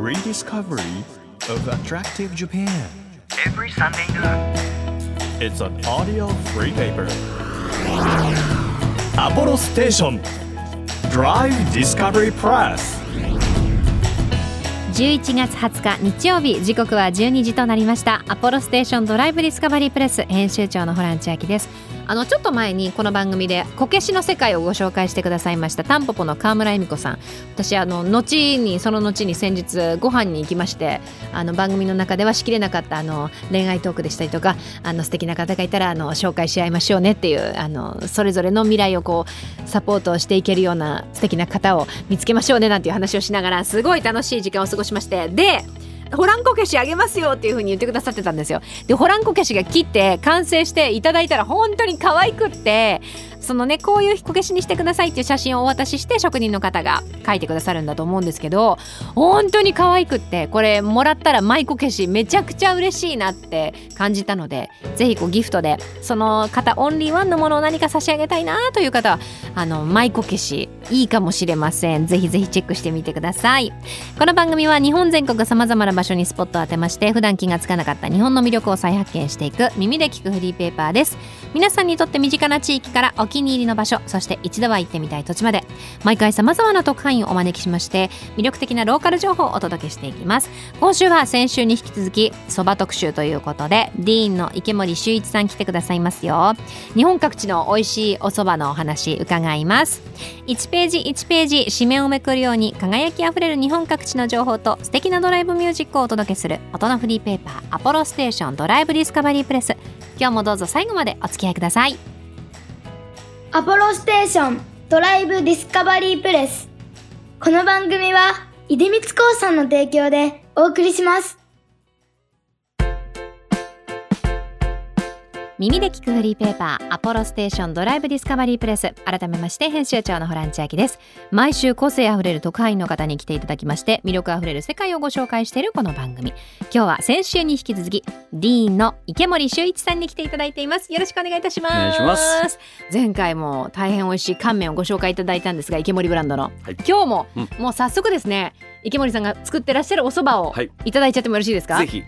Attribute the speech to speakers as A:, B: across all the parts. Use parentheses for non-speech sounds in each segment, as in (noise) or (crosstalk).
A: Rediscovery of Attractive Japan.
B: every Sunday noon.
A: It's an audio free paper. Apollo Station Drive Discovery Press.
C: 11月20日日曜日時刻は12時となりましたアポロステーションドライブディスカバリープレス編集長のホラン千秋ですあのちょっと前にこの番組でこけしの世界をご紹介してくださいましたタンポポの川村恵美子さん私あの後にその後に先日ご飯に行きましてあの番組の中ではしきれなかったあの恋愛トークでしたりとかあの素敵な方がいたらあの紹介し合いましょうねっていうあのそれぞれの未来をこうサポートしていけるような素敵な方を見つけましょうねなんていう話をしながらすごい楽しい時間を過ごしましてでホランこけしあげますよっていう風に言ってくださってたんですよ。でホランこけしが切って完成していただいたら本当に可愛くってそのねこういうこけしにしてくださいっていう写真をお渡しして職人の方が書いてくださるんだと思うんですけど本当に可愛くってこれもらったら舞こけしめちゃくちゃ嬉しいなって感じたのでぜひこうギフトでその方オンリーワンのものを何か差し上げたいなという方はあの舞こけしいいかもしれませんぜひぜひチェックしてみてくださいこの番組は日本全国さまざまな場所にスポットを当てまして普段気がつかなかった日本の魅力を再発見していく耳で聞くフリーペーパーです皆さんにとって身近な地域からお気に入りの場所そして一度は行ってみたい土地まで毎回さまざまな特派員をお招きしまして魅力的なローカル情報をお届けしていきます今週は先週に引き続きそば特集ということでディーンの池森修一さん来てくださいますよ日本各地の美味しいお蕎麦のお話伺います1ページ1ページ紙面をめくるように輝きあふれる日本各地の情報と素敵なドライブミュージックをお届けする音のフリーペーパーアポロステーションドライブディスカバリープレス今日もどうぞ最後までお付き合いください
D: アポロステーションドライブディスカバリープレスこの番組は出光興産の提供でお送りします
C: 耳で聞くフリーペーパーアポロステーションドライブディスカバリープレス改めまして編集長のホラン千秋です毎週個性あふれる特派員の方に来ていただきまして魅力あふれる世界をご紹介しているこの番組今日は先週に引き続きディーンの池森修一さんに来ていただいていますよろしくお願いいたします
E: お願いします
C: 前回も大変美味しい乾麺をご紹介いただいたんですが池森ブランドの、
E: はい
C: 今日も、
E: うん
C: もう早速ですね池森さんが作ってらっしゃるお蕎麦を
E: はい
C: いただいちゃってもよろしいですか、
E: ぜひ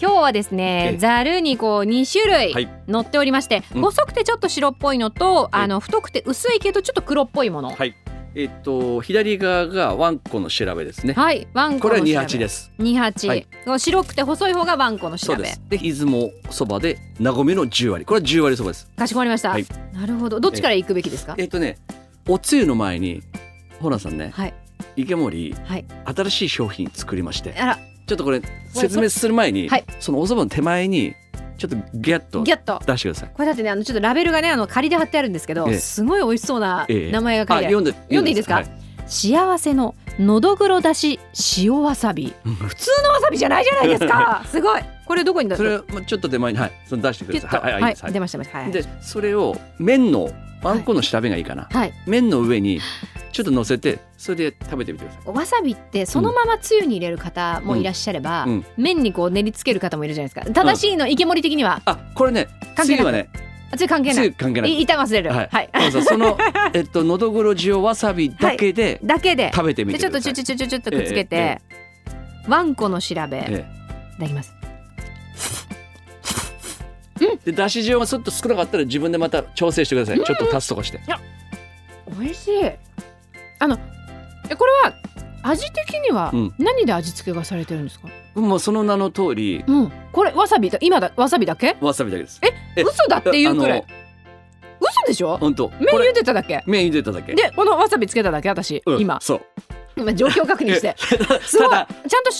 C: 今日はです
E: え
C: ね
E: え
C: ざるにこう2種
E: はい
C: 類乗っておりまして、
E: うん
C: 細くてちょっと白っぽいのと、
E: ええ
C: あの太くて薄いけどちょっと黒っぽいものはい、
E: はいえっと左側がワンコの調べですね
C: ワンコ
E: こ
C: の
E: れは
C: 調べ
E: 28です
C: 28、
E: はい
C: この白くて細い方がワンコの調
E: そうで
C: べ
E: すで出雲そばで名古屋の10割これは10割そばです
C: かしこまりました、
E: はい
C: なるほどどっちから行くべきですか
E: えっとねおつゆの前にホランさんね
C: はい
E: 池森、
C: はい
E: 新しい商品作りまして
C: あら
E: ちょっとこれ説明する前に、
C: はい
E: そのおそばの手前にちょっとギャッと
C: ギャッと
E: 出してください
C: これだってねあのちょっとラベルがねあの仮で貼ってあるんですけど、
E: ええ
C: すごい美味しそうな
E: ええ
C: 名前が書いてある、
E: 読んで
C: 読んでいいですか幸せののどぐろだし塩わさ
E: (laughs)
C: び
E: うん
C: 普通のわさびじゃないじゃないですかすごいこれどこにだ
E: それはまあちょっと手前にはいその出してく
C: ギュ
E: だ
C: ッ
E: さ
C: と
E: いはいはい、いいですはい
C: 出ました出ましたはい
E: でそれを麺のパン粉の調べがいいかな、
C: はい
E: 麺の上にちょっと乗せてそれで食べてみてください
C: わさびってそのままつゆに入れる方もいらっしゃれば、
E: うんうん
C: 麺にこう練りつける方もいるじゃないですか正しいの池森的には、
E: あこれね
C: 関係な
E: つ
C: く
E: ゆはね
C: つゆ関係
E: つ
C: ない
E: ゆ関係ない
C: い板が忘れるは
E: はいい、そ
C: (laughs)
E: うそうそのえっとのどぐろ塩わさびだけで
C: だけで
E: 食べてみ
C: で
E: てく
C: ちょっと
E: だ
C: ち
E: さ
C: ょ
E: い、
C: ちょちょちょちょっとくっつけて、
E: え
C: わんこの調べ、い
E: え
C: ただきます
E: えでだし塩がちょっと少なかったら自分でまた調整してください、ちょっと足すとかして
C: 美味しいあのえこれは味的には
E: うん
C: 何で味付けがされてるんですか、
E: もうその名の通り
C: うんこれわさびだ今だわさびだけ
E: わさびだけですえ
C: 嘘だっていうくらい嘘でしょ
E: 本当
C: 麺
E: これ
C: 茹でただけ
E: 麺茹でただけ
C: でこのわさびつけただけ私、
E: うん
C: 今
E: そう
C: 今状況確認してすごいちゃん
E: だ
C: と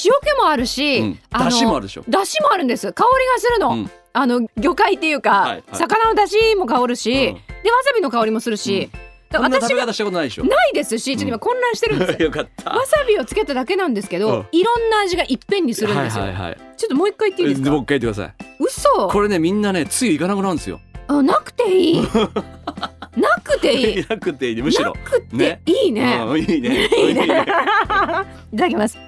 C: 塩気もあるし、
E: うん
C: あの
E: だしもあるでしょ
C: 出汁もあるんです香りがするの、
E: うん
C: あの魚介っていうか、
E: はいはい
C: 魚の出汁も香るし、
E: う
C: で
E: ん
C: わさびの香りもするし、だ
E: こ
C: か
E: んな
C: ら
E: 食
C: 私
E: べ
C: は
E: 方したことないでしょ
C: ないですしちょっと
E: う
C: 今混乱してるんです
E: (laughs) よかった
C: わさびをつけただけなんですけど、
E: うん
C: いろんな味がいっぺんにするんですよ、
E: はいはいはい
C: ちょっともう一回言っていいです
E: えもう
C: か
E: 一回言ってください
C: 嘘
E: これねみんなねつゆいかなくなるんですよ
C: あなくて
E: (laughs)
C: いいなくていい
E: いなくていいねむしろ
C: なくていいね
E: うんいいね
C: いいねいただきます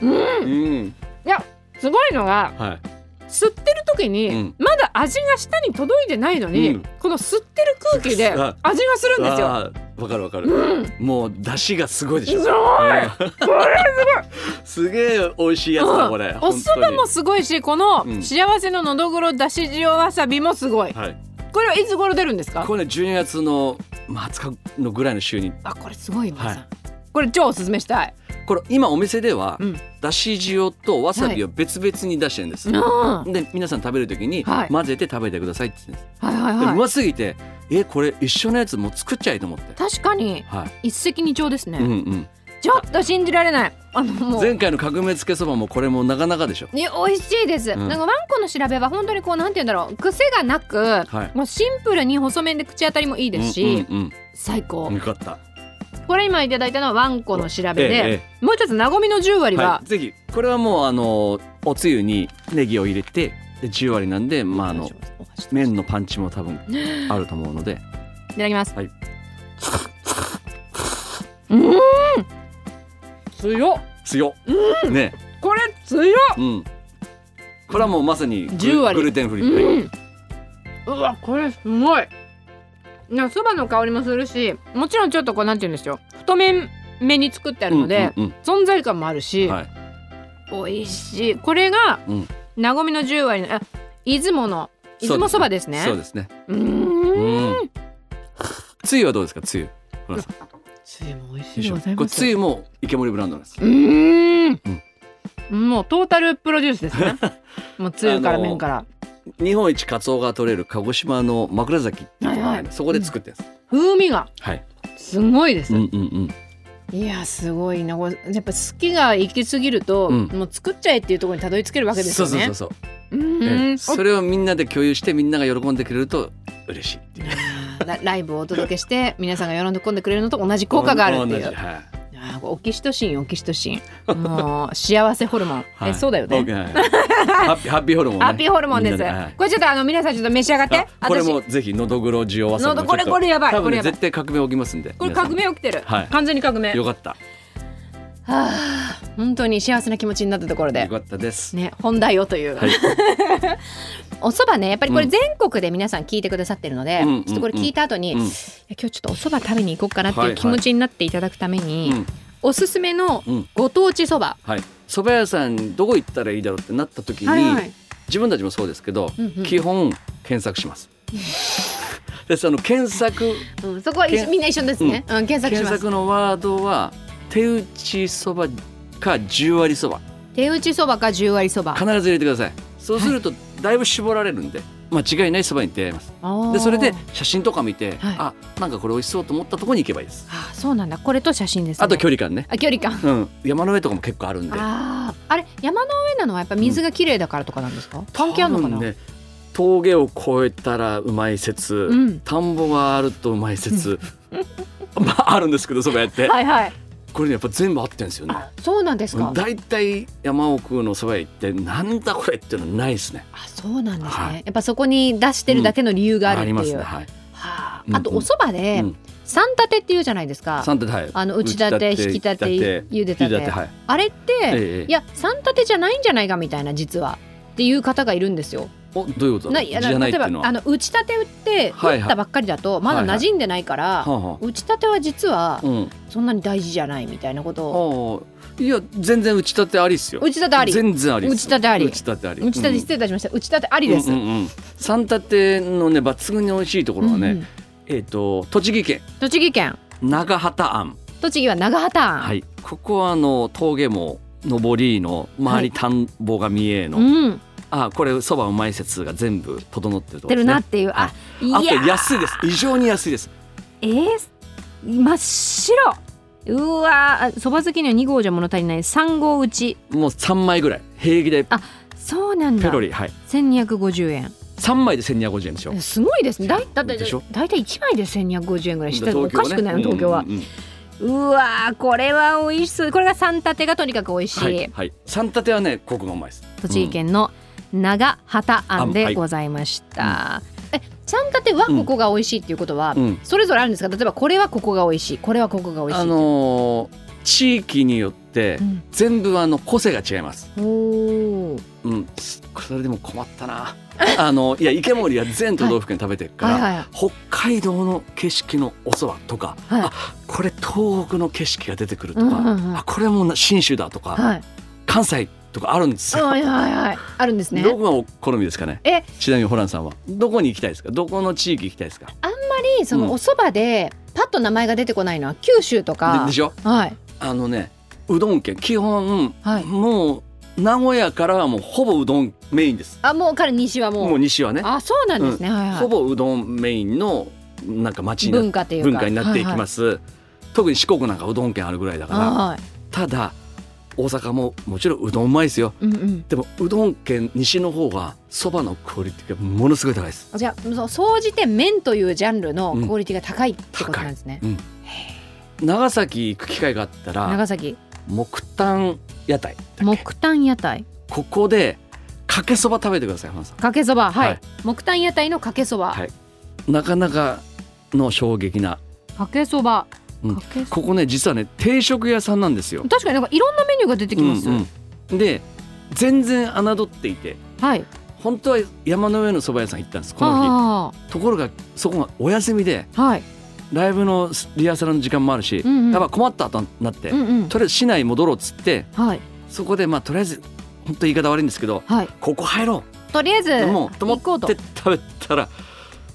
E: うん
C: すごいのが
E: はい
C: 吸ってる
F: 時に、
E: うん
F: まだ味が舌に届いてないのに、
E: うん
F: この吸ってる空気で味
E: (laughs) あ
F: がするんですよ。
E: あーわかるわかる、もう出汁がすごいでし
F: す
E: ょ
F: ごい
E: すげえ美味しいやつだこれ、
F: お
E: 本
F: 蕎
E: 当
F: 麦
E: に
F: もすごいしこの
E: うん
F: 幸せののどぐろだし塩わさびもすごい
E: はい
F: これはいつ頃出るんですか
E: これね12月のまあ20日のぐらいの週に
F: あこれすごい皆さん、
E: は
F: これ超おすすめしたい
E: これ今お店では、
F: うん
E: だし塩とわさびを別々に出してるんです、
F: うんは
E: で皆さん食べる時に
F: はい
E: 混ぜて食べてくださいって言ってるんです
F: いはい
E: でう
F: はい
E: ますぎてえこれ一緒のやつもう作っちゃいと思って
F: 確かに
E: は
F: 一
E: い、
F: 石二鳥ですね、
E: うんうん、
F: ちょっと信じられないあのもう
E: 前回の革命つけそばもこれもなかなかでしょ
F: ね、美味しいです、
E: うん
F: なんかワンコの調べは本当にこうなんて言うんだろう癖がなく、
E: はい
F: もうシンプルに細麺で口当たりもいいですし、
E: うんうん
F: 最高、
E: うん、よかった
F: これ今いただいたのはワンコの調べで、
E: えええ
F: もう一つなごみの10割は、
E: はい、ぜひこれはもうあのおつゆにネギを入れてで10割なんでまああの麺のパンチも多分あると思うので
F: いただきます、
E: はい
F: うん強っ
E: 強っ、ね
F: これ強っ
E: うんこれはもうまさに
F: 10
E: グ
F: 割
E: グルテンフリー、
F: うんうわこれすごいなそばの香りもするしもちろんちょっとこうなんて言うんですよ太麺目に作ってあるので、
E: うんうん
F: 存在感もある
E: う
F: し、
E: んはい、
F: 美味しいこれが、
E: うん
F: なごみの10割のあ出雲の出雲そばですね
E: そうですね
F: うーん
E: うんつゆはどうですかつゆほらで
F: つゆも美味しいで
E: しょ
F: ござい
E: これ
F: ます
E: つゆも池森ブランドなんです
F: うーんもうトータルプロデュースです (laughs) ねもうつゆから麺から
E: 日本一カツオが取れる鹿児島の枕崎っていうとこ
F: は
E: ろ
F: いは
E: ねそこで作ってるんです、
F: 風味が
E: はい
F: すごいです、
E: うんうんうん
F: いやすごいなこれやっぱ好きが行き過ぎると、
E: うん
F: もう作っちゃえっていうところにたどり着けるわけです
E: そう
F: よ
E: そ
F: ね
E: うそうそう
F: うー
E: ええ
F: ん
E: それをみんなで共有してみんなが喜んでくれると嬉しいっていう
F: お (laughs) ラライブをお届けして皆さんが喜んでくれるのと同じ効果があるっていう
E: 同じはい
F: あーオキシトシンオキシトシンもう幸せホルモン、
E: は
F: え
E: い
F: そうだよね、
E: OK はいハッピーハッピーホルモンね
F: ハッピーホルモンです、
E: みんなはい
F: これちょっとあの皆さんちょっと召し上がって
E: あこれ
F: 私
E: もぜひのどぐろ需要は
F: のどこれこれやばい
E: 多
F: こ
E: 分
F: れ
E: ね
F: やばい
E: 絶対革命起きますんで
F: これ革命起きてる、
E: はい
F: 完全に革命
E: 皆さんよかった
F: 本当に幸せな気持ちになったところ
E: よ
F: で
E: かったです
F: ね本題をという、
E: はい
C: お蕎麦ねやっぱりこ
E: う
C: れ
E: ん
C: 全国で皆さん聞いてくださってるので、
E: うんうんうん
C: ちょっとこれ聞いた後に、
E: うん
C: いや今日ちょっとお蕎麦食べに行こうかなって
E: はい
C: い
E: は
C: う
E: い
C: 気持ちになっていただくために、
E: うん
C: おすすめの
E: うん
C: ご当地蕎麦、
E: はい蕎麦屋さんどこ行ったらいいだろうってなった時に、
F: はいはい
E: 自分たちもそうですけど、
C: うんうん
E: 基本検索します
F: (laughs)
E: でその検索
C: うんそこは一緒
E: けん
C: みんな一緒ですね、うん検索し
E: 検
C: ます
E: 索のワードは手打ちそばか十割そば
C: 手打ち蕎麦か十割蕎麦
E: 必ず入れてくださいそうするとだいぶ絞られるんで、間違いないそばに出会えますでそれで写真とか見て、
C: はい
E: あなんかこれ美味しそうと思ったところに行けばいいです
C: あーそうなんだこれと写真です、ね、
E: あと距離感ね、
C: あ距離感
E: うん、山の上とかも結構あるんで
C: あーあれ山の上なのはやっぱ水が綺麗だからとかなんですか、関係あるのかな、
E: 多分ね峠を越えたらうまい説、
C: うん
E: 田んぼがあるとうまい
C: (laughs)
E: 説、まああるんですけどそばやって、
F: はいはい
E: これねやっぱ全部合ってるんですよね
C: あそうなんですか、
E: だいたい山奥のそば屋行ってなんだこれっていうのはないですね
C: あそうなんですね、
E: はい
C: やっぱそこに出してるだけの理由があるって
E: り
C: いう、
E: ますねはい、
C: はあ
E: うんうん
C: あとお蕎麦で、
E: うん
C: 三立てっていうじゃないですか
E: 三手ではい
C: あの打ち立て
E: 打ち
C: 引き立て茹で
E: 引き
C: たて
E: 立てはい
C: あれって、
E: ええ
C: いや三立てじゃないんじゃないかみたいな実はっていう方がいるんですよ。
E: おどういうこと
C: な
E: じ
C: いあ
E: ゃ
C: の
E: ないっ
C: 例え
E: てい
C: ば
E: うのは
C: あの打ち立てって
E: はいはい
C: 打ったばっかりだとまだ馴染んでないから、
E: はあは
C: 打ち立ては実は
E: あうん
C: そんなに大事じゃないみたいなことを、
E: ああいや全然打ち立てありっすよ
C: 打ち立てあり打
E: 全然ありっす
C: 打ち立てあり
E: 打ち立てあり
C: ち立て失礼いたしました、打ち立てありです。
E: うんうんうん三立てのね抜群に美味しいところはね、
C: うんうん
E: えっ、と栃木県
C: 栃木県
E: 長畑庵
C: 栃木は長畑庵、
E: はいここはあの峠も上りの周り田んぼが見えの、
C: うん
E: あこれそばうまい説が全部整ってる
C: て
E: ところで
C: る
E: す
C: なっ
E: ね
C: ていう、あいや
E: あと安いです異常に安いです
C: えー、真っ白うわーそば好きには2号じゃ物足りない3号打ち
E: もう三枚ぐらい平気でペ
C: そうなんだ
E: ロリはい
C: 1250円
E: 三枚で千二百五十円ですよ
C: えすごいですねだいだって
E: でしょ
C: だいたい1枚で1250円ぐらいしてるおかしくないの
E: ね
C: 東京は
E: うん、うんうん
C: うわーこれは美味しそうこれが三立てがとにかく美味しい、
E: はい、はい、三立てはねコクがうまいです
C: 栃木県の長畑庵
E: あは
C: で
E: い
C: ございました、え三立てはここが美味しいっていうことは、
E: うん、うん
C: それぞれあるんですか例えばこれはここが美味しいこれはここが美味しい
E: あのー地域によって
C: うん
E: 全部あの個性が違います、
C: おー
E: うん、すそれでも困った
C: (laughs)
E: なあのいや池森は全都道府県食べてるから、
C: はいはいはい
E: 北海道の景色のおそばとか、
C: はい
E: あこれ東北の景色が出てくるとか、
C: うんうんうん
E: あこれもな信州だとか、
C: はい。
E: 関西とかあるんですよ。
C: はいはいはい。あるんですね。
E: どこがお好みですかね
C: え
E: ちなみにホランさんはどこに行きたいですかどこの地域行きたいですかで
C: あんまりそ
E: うん
C: のお蕎麦でパッと名前が出てこないのは九州とか。
E: でしょ
C: はい
E: あのねうどん県基本、
C: はい。
E: もう名古屋からはもうほぼうどんメインです
C: あもう彼西はもう。
E: もう西はね
C: あそうなんですね。はいはい。
E: ほぼうどんメインのなんか町にな
C: 文化っていうか
E: 文化になっていきます、特に四国なんかうどん県あるぐらいだ
C: はいはい
E: から
C: はい。
E: ただ大阪ももちろんうどんうまいですよ
C: うんうん。
E: でもうどん県西の方がそばのクオリティがものすごい高いです
C: じゃあそう総じて麺というジャンルの
E: うん
C: クオリティが高いってことなんですね。
E: 長崎行く機会があったら
C: 長崎
E: 木炭屋台だっけ
C: 木炭屋台
E: ここでかけそば食べてください浜田さ
C: かけそばはい、
E: はい
C: 木炭屋台のかけそば、
E: はいんなかなかの衝撃な
C: かけそば、
E: うん
C: かけそ
E: ここね実はね定食屋さんなんですよ
C: 確かになんかいろんなメニューが出てきます。
E: うんうんで全然侮っていて
C: はい。
E: 本当は山の上の蕎麦屋さん行ったんですこ
C: あ
E: の日ところがそこがお休みで
C: あはい。
E: ライブのリハーサルの時間もあるし、
C: うんうん
E: やっぱ困ったとなって、
C: うんうん。
E: とりあえず市内戻ろうっつって
C: はい
E: そこでまあとりあえず本当言い方悪いんですけど
C: はい。
E: ここ入ろ
C: とりあえず
E: う、もうと思
C: 行こう
E: っ
C: と
E: て。食べたら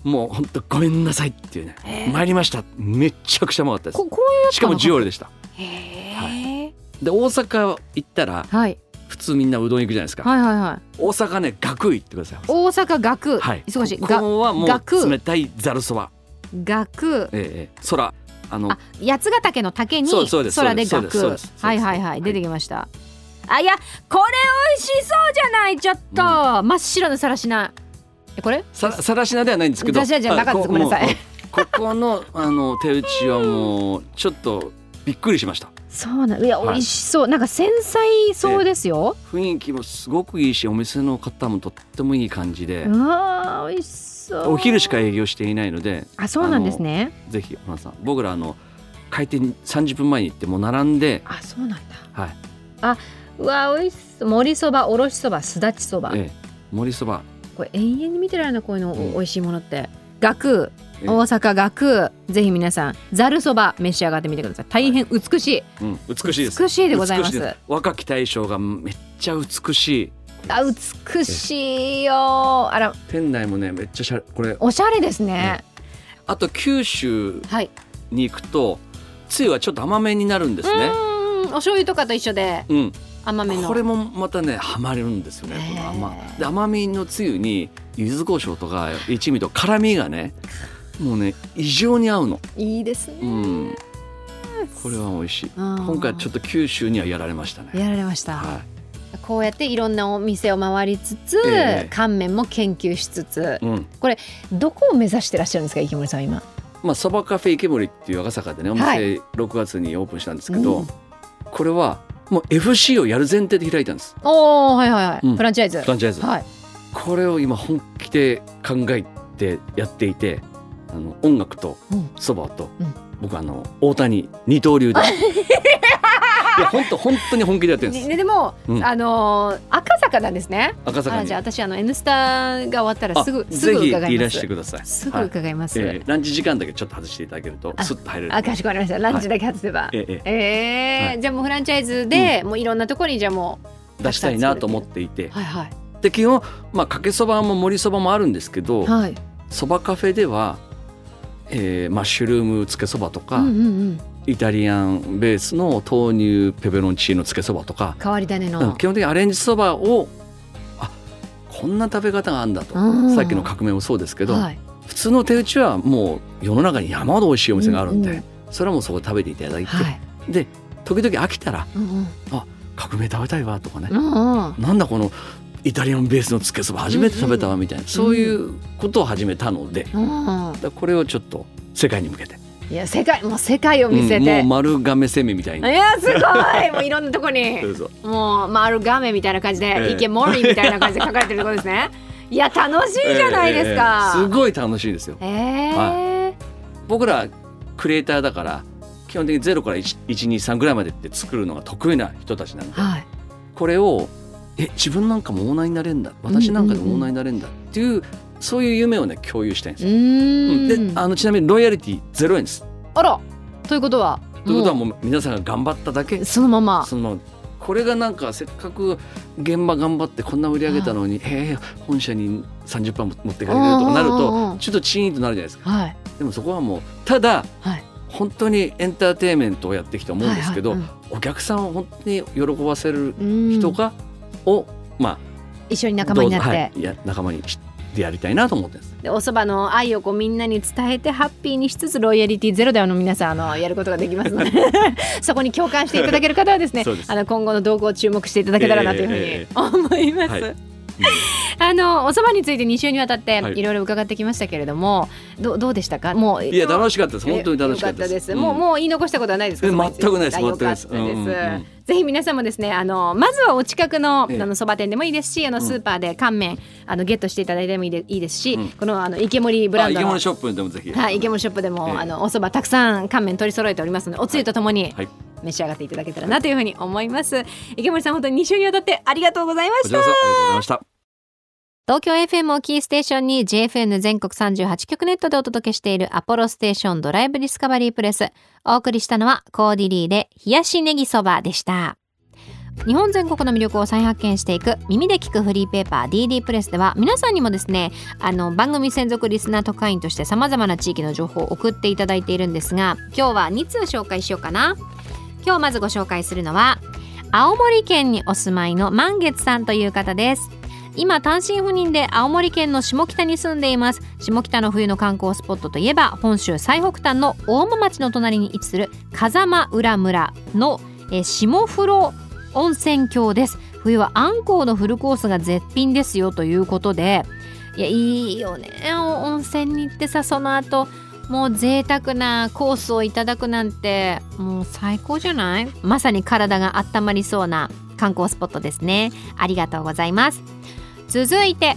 E: もう本当ごめんなさいっていうね参りましためっちゃくちゃうまかったで
C: ここう
E: すしかもジオリでした
C: いう。へえ。
E: で大阪行ったら
C: はい
E: 普通みんなうどん行くじゃないですか、
C: はいはいはい。
E: 大阪ね学行ってください
C: 大阪学
E: はい、
C: 忙しい。
E: ここはも
C: 学
E: う冷たいざるそば、
C: 学
E: ええええ、空あの
C: あ八ヶ岳の竹に
E: そうですそうです
C: 空で
E: そうですそう
C: 学
E: ですそうです
C: はいはい
E: は
C: はい
E: い
C: 出てきました。あいやこれ美味しそうじゃないちょっと真っ白のさらしな。えこれ？
E: ささらしなではないんですけど
C: じゃじゃじゃなかった
E: あこ
C: ごめんなさい
E: もうこここのあの手打ちはもうちょっとびっくりしました
C: そうなんいや
E: はい
C: 美味しそうなんか繊細そうですよ。
E: 雰囲気もすごくいいしお店の方もとってもいい感じで、
C: うわー美味しそう。
E: お昼しか営業していないので
C: あそうなんですね。
E: ぜひ皆さん僕らあの開店30分前に行ってもう並んで、
C: あそうなんだ。
E: はい
C: わ美味しそう。盛りそば、おろしそば、すだちそば。
E: ええ、盛りそば
C: これ永遠に見てられるなこういうの、
E: うん
C: 美味しいものって学
E: ええ
C: 大阪学ぜひ皆さんざるそば召し上がってみてください大変美しい、
E: うん、美しいです
C: 美しいでございま
E: 美し
C: す
E: で若き大将がめっちゃ美しい
C: あ美しいよあら
E: 店内もねめっちゃしゃこれ
C: おしゃれですね、
E: あと九州
C: はい
E: に行くとつゆはちょっと甘めになるんですね。
C: うんお醤油とかと一緒で
E: うん、
C: 甘めの
E: これもまたねハマれるんですよねこの甘で甘みのつゆに柚子胡椒とか一味と辛みがねもうね異常に合うの、
C: いいですね、
E: うん、これは美味しい今
C: 今
E: 回ちょっ
C: っ
E: と九州にはやられましたね、
C: やられました、
E: は
C: こうやっていろんなお店を回りつつ、
E: ええ
C: 乾麺も研究しつつ
E: いうん
C: どこを目指してらっしゃるんですか池森さんは今
E: まあ、そばカフェ池森っていう赤坂でねお
C: はい
E: 店6月にオープンしたんですけど、
C: うん
E: これはもう FC をやる前提で開いたんです
C: おおはいはいはい、
E: うん
C: フランチャイズ
E: フランチャイズ
C: はい
E: これを今本気で考えてやっていてあの音楽と
C: うん
E: そばと、
C: うん
E: 僕あの大谷二
C: (laughs)
E: 刀流でいや本当本当に本気でやってるんです
C: ね、でも、
E: うん
C: あのー赤坂なんですね。
E: 赤坂
C: あ
E: に
C: じゃあ私あの N スタが終わったら
E: あ
C: すぐす
E: ぜ
C: ぐ
E: ひ
C: 伺い
E: いら
C: ま
E: し
C: す
E: て。ください
C: すぐ
E: はい
C: 伺います。
E: ええランチ時間だけちょっと外していただけると
C: あ
E: スッと入れる
C: あかしこまりました。ランチだけ外せば。
E: えええ
C: ええ
E: はい
C: じゃあもうフランチャイズで、もういろんなところにじゃあも
E: え出したいなと思っていて
C: うはいはい
E: で基本、まあ、かけそばも盛りそばもあるんですけど
C: はい。
E: そばカフェでは、えーマッシュルームつけそばとか、
C: うんうんうん。
E: イタリアンベースの豆乳ペペロンチーノつけそばとか
C: 変わり種
E: うん
C: の。
E: 基本的にアレンジそばをあこんな食べ方があるんだと
C: うん
E: さっきの革命もそうですけど、
C: はい。
E: 普通の手打ちはもう世の中に山ほど美味しいお店があるんで、
C: うんうん
E: それはもうそこで食べていただいて、
C: はい。
E: で時々飽きたら
C: うんうん
E: 革命食べたいわとかね
C: う、んうん。
E: なんだこのイタリアンベースのつけそば初めて食べたわみたいな、そういうことを始めたので、だか
C: うんうん、
E: らこれをちょっと世界に向けて、
C: いや世界もう世界を見せ
E: うんも
C: て、
E: う丸亀セミみたい
C: い
E: に。
C: やすごいもういろんなとこに
E: どうぞ
C: もう丸亀みたいな感じ
E: え
C: で
E: え
C: 池森みたいな感じで書かれてるところです
E: (laughs)
C: ね。いや楽しいじゃないですか。
E: ええええすごい楽しいですよ。
C: ええ
E: 僕らクリエイターだから基本的に0から1 123ぐらいまでって作るのが得意な人たちなので
C: はい。
E: これをえ自分なんかもオーナーになれんだ私なんかでもオーナーになれんだっていうそういう夢をね共有したいんで
C: う
E: すよ。うん
C: ーん
E: であのちなみにロイヤリティゼロ円です。
C: あらということは
E: ということは
C: も
E: もう皆さんが頑張っただけ
C: うそのまま
E: そのままこれがなんかせっかく現場頑張ってこんな売り上げたのにえー本社に30%も持ってかれるとかなる
C: うんうんうんう
E: と
C: ん
E: ちょっとチーンとなるじゃないですか。
C: はい
E: でもそこはもうただ、
C: はい
E: 本当にエンターテインメントをやってきて思うんですけど、
C: はいはい
E: お客さんを本当に喜ばせる
C: うん
E: 人が、をま
C: 一緒に
E: あ
C: 仲間になっ
E: どう
C: て
E: はい、いや仲間にしてやりたいなと思ってるんです。
C: でおそばの愛をこうみんなに伝えてハッピーにしつつロイヤリティゼロであの皆さんあのやることができます
E: (laughs)
C: のでそこに共感していただける方はですね
E: そうです
C: あの今後の動向を注目していただけたらなというふう
E: ええ
C: に
E: ええ
C: 思います。
E: はいうん
C: あのおそばについて2週にわたって
E: はい
C: いろいろ伺ってきましたけれども、どうどうでしたかもう
E: いや
C: もう
E: 楽しかったです本当に楽しかったです。
C: よもう
E: うん
C: もう言い残したことはないですか。
E: え
C: そこについて
E: 全くないです
C: あよかったです。
E: 全くないですうんうんうん
C: ぜひ皆さんもですね、あのまずはお近くのあ
E: ええ
C: のそば店でもいいですし、あの
E: うん
C: スーパーで乾麺あのゲットしていただいてもいいでいいですし、
E: うん
C: このあの池森ブランド
E: あ池
C: の
E: 森ショップでもぜひ。
C: はい池森ショップでも、
E: ええ
C: あのおそばたくさん乾麺取り揃えておりますので、おつゆとともに
E: はい
C: 召し上がっていただけたらなというふうに思います。池森さん本当に2週にわたってありがとうございま
E: こ
C: し
E: ち
C: た
E: らこ。そありがとうございました。
C: 東京 FM をキーステーションに JFN 全国38局ネットでお届けしているアポロステーションドライブディスカバリープレス。お送りしたのはコーディリーで冷やしネギそばでした。日本全国の魅力を再発見していく耳で聞くフリーペーパー DD プレスでは皆さんにもですねあの番組専属リスナー特会員として様々な地域の情報を送っていただいているんですが今日は2通紹介しようかな今日まずご紹介するのは青森県にお住まいの満月さんという方です今単身赴任で青森県の下北に住んでいます下北の冬の観光スポットといえば本州最北端の大間町の隣に位置する風間浦村の、えー下風呂温泉郷です冬はあんこうのフルコースが絶品ですよということでいやいいよねお温泉に行ってさその後もう贅沢なコースをいただくなんてもう最高じゃないまさに体が温まりそうな観光スポットですねありがとうございます続いて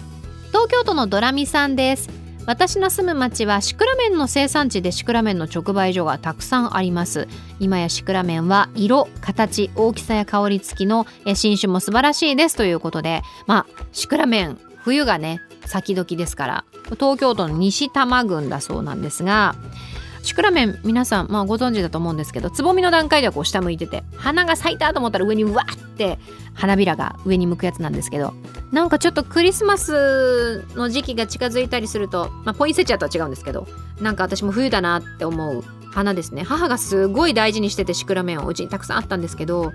C: 東京都のドラミさんです私の住む町はシクラメンの生産地でシクラメンの直売所がたくさんあります今やシクラメンは色形大きさや香り付きのえ新種も素晴らしいですということでまあシクラメン冬がね先時ですから東京都の西多摩郡だそうなんですがシクラメン皆さん、まあ、ご存知だと思うんですけどつぼみの段階ではこう下向いてて花が咲いたと思ったら上にうわーって花びらが上に向くやつなんですけどなんかちょっとクリスマスの時期が近づいたりすると、まあ、ポインセチアとは違うんですけどなんか私も冬だなって思う花ですね母がすごい大事にしててシクラメンをうちにたくさんあったんですけど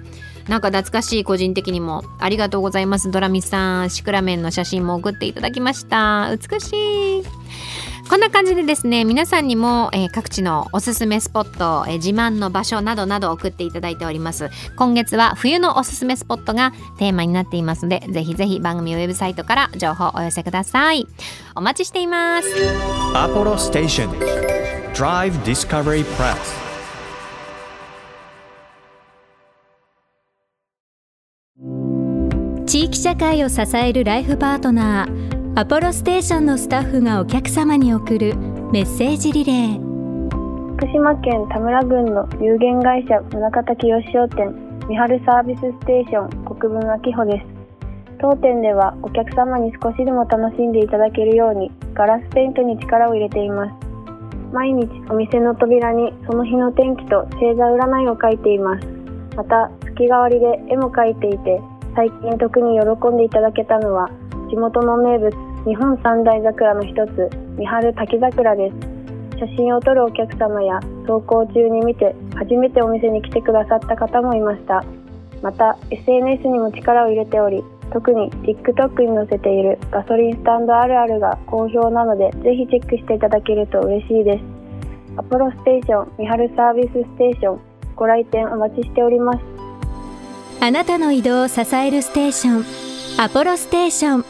C: なんか懐かしい個人的にもありがとうございますドラミさんシクラメンの写真も送っていただきました美しいこんな感じでですね皆さんにも、えー各地のおすすめスポット、えー自慢の場所などなど送っていただいております今月は冬のおすすめスポットがテーマになっていますのでぜひぜひ番組ウェブサイトから情報をお寄せくださいお待ちしています
A: Apollo Station Drive Discovery Press
G: 「地域社会を支えるライフパートナーアポロステーション」のスタッフがお客様に送るメッセージリレー。
H: 福島県田村郡の有限会社宗像清商店三春サービスステーション国分明穂です当店ではお客様に少しでも楽しんでいただけるようにガラスペイントに力を入れています毎日お店の扉にその日の天気と星座占いを書いていますまた月替わりで絵も描いていて最近特に喜んでいただけたのは地元の名物日本三大桜の一つ三春滝桜です写真を撮るお客様や走行中に見て初めてお店に来てくださった方もいましたまた SNS にも力を入れており特に TikTok に載せているガソリンスタンドあるあるが好評なのでぜひチェックしていただけると嬉しいですアポロステーション三春サービスステーションご来店お待ちしております
G: あなたの移動を支えるステーションアポロステーション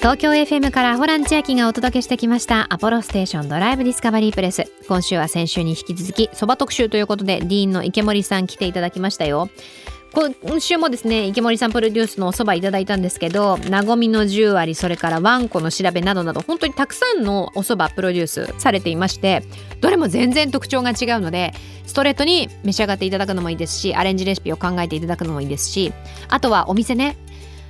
C: 東京 FM からホラン千秋がお届けしてきましたアポロステーションドライブディスカバリープレス今週は先週に引き続きそば特集ということでディーンの池森さん来ていただきましたよ今週もですね池森さんプロデュースのおそばいただいたんですけど「なごみの10割」それから「わんこの調べ」などなど本当にたくさんのおそばプロデュースされていましてどれも全然特徴が違うのでストレートに召し上がっていただくのもいいですしアレンジレシピを考えていただくのもいいですしあとはお店ね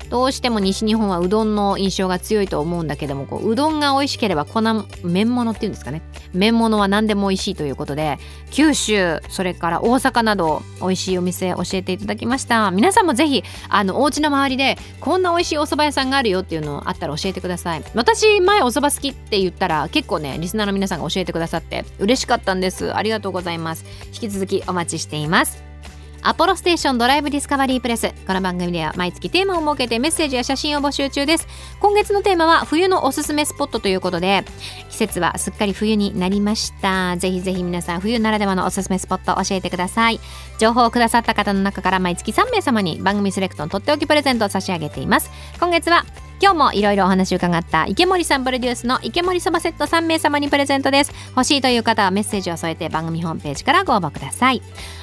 C: どうしても西日本はうどんの印象が強いと思うんだけどもこううどんが美味しければ粉麺物っていうんですかね麺物は何でも美味しいということで九州それから大阪など美味しいお店教えていただきました皆さんもぜひあのお家の周りでこんな美味しいお蕎麦屋さんがあるよっていうのあったら教えてください私前お蕎麦好きって言ったら結構ねリスナーの皆さんが教えてくださって嬉しかったんですありがとうございます引き続きお待ちしていますアポロステーションドライブディスカバリープレスこの番組では毎月テーマを設けてメッセージや写真を募集中です今月のテーマは冬のおすすめスポットということで季節はすっかり冬になりましたぜひぜひ皆さん冬ならではのおすすめスポット教えてください情報をくださった方の中から毎月3名様に番組セレクトのとっておきプレゼントを差し上げています今月は今日もいろいろお話を伺った池森さんプロデュースの池森そばセット3名様にプレゼントです欲しいという方はメッセージを添えて番組ホームページからご応募ください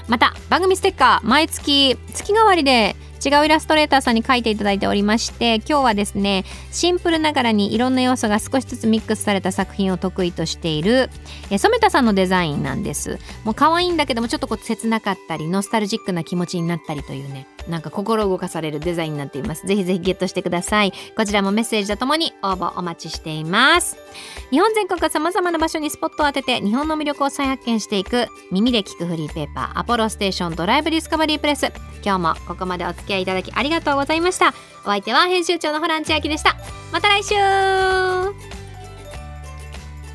C: また番組ステッカー毎月月替わりで違うイラストレーターさんに書いていただいておりまして今日はですねシンプルながらにいろんな要素が少しずつミックスされた作品を得意としているえ染田さんのデザインなんですもう可愛いんだけどもちょっとこう切なかったりノスタルジックな気持ちになったりというねなんか心動かされるデザインになっていますぜひぜひゲットしてくださいこちらもメッセージとともに応募お待ちしています日本全国さまざまな場所にスポットを当てて日本の魅力を再発見していく耳で聞くフリーペーパーアポロステーションドライブディスカバリープレス今日もここまでお付き合いいただきありがとうございましたお相手は編集長のホラン千秋でしたまた来週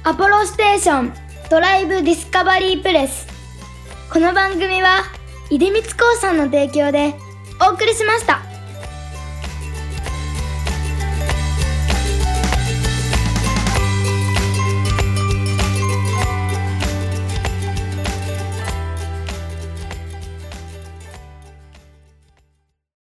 D: アポロステーションドライブディスカバリープレスこの番組は出光興産の提供でお送りしました。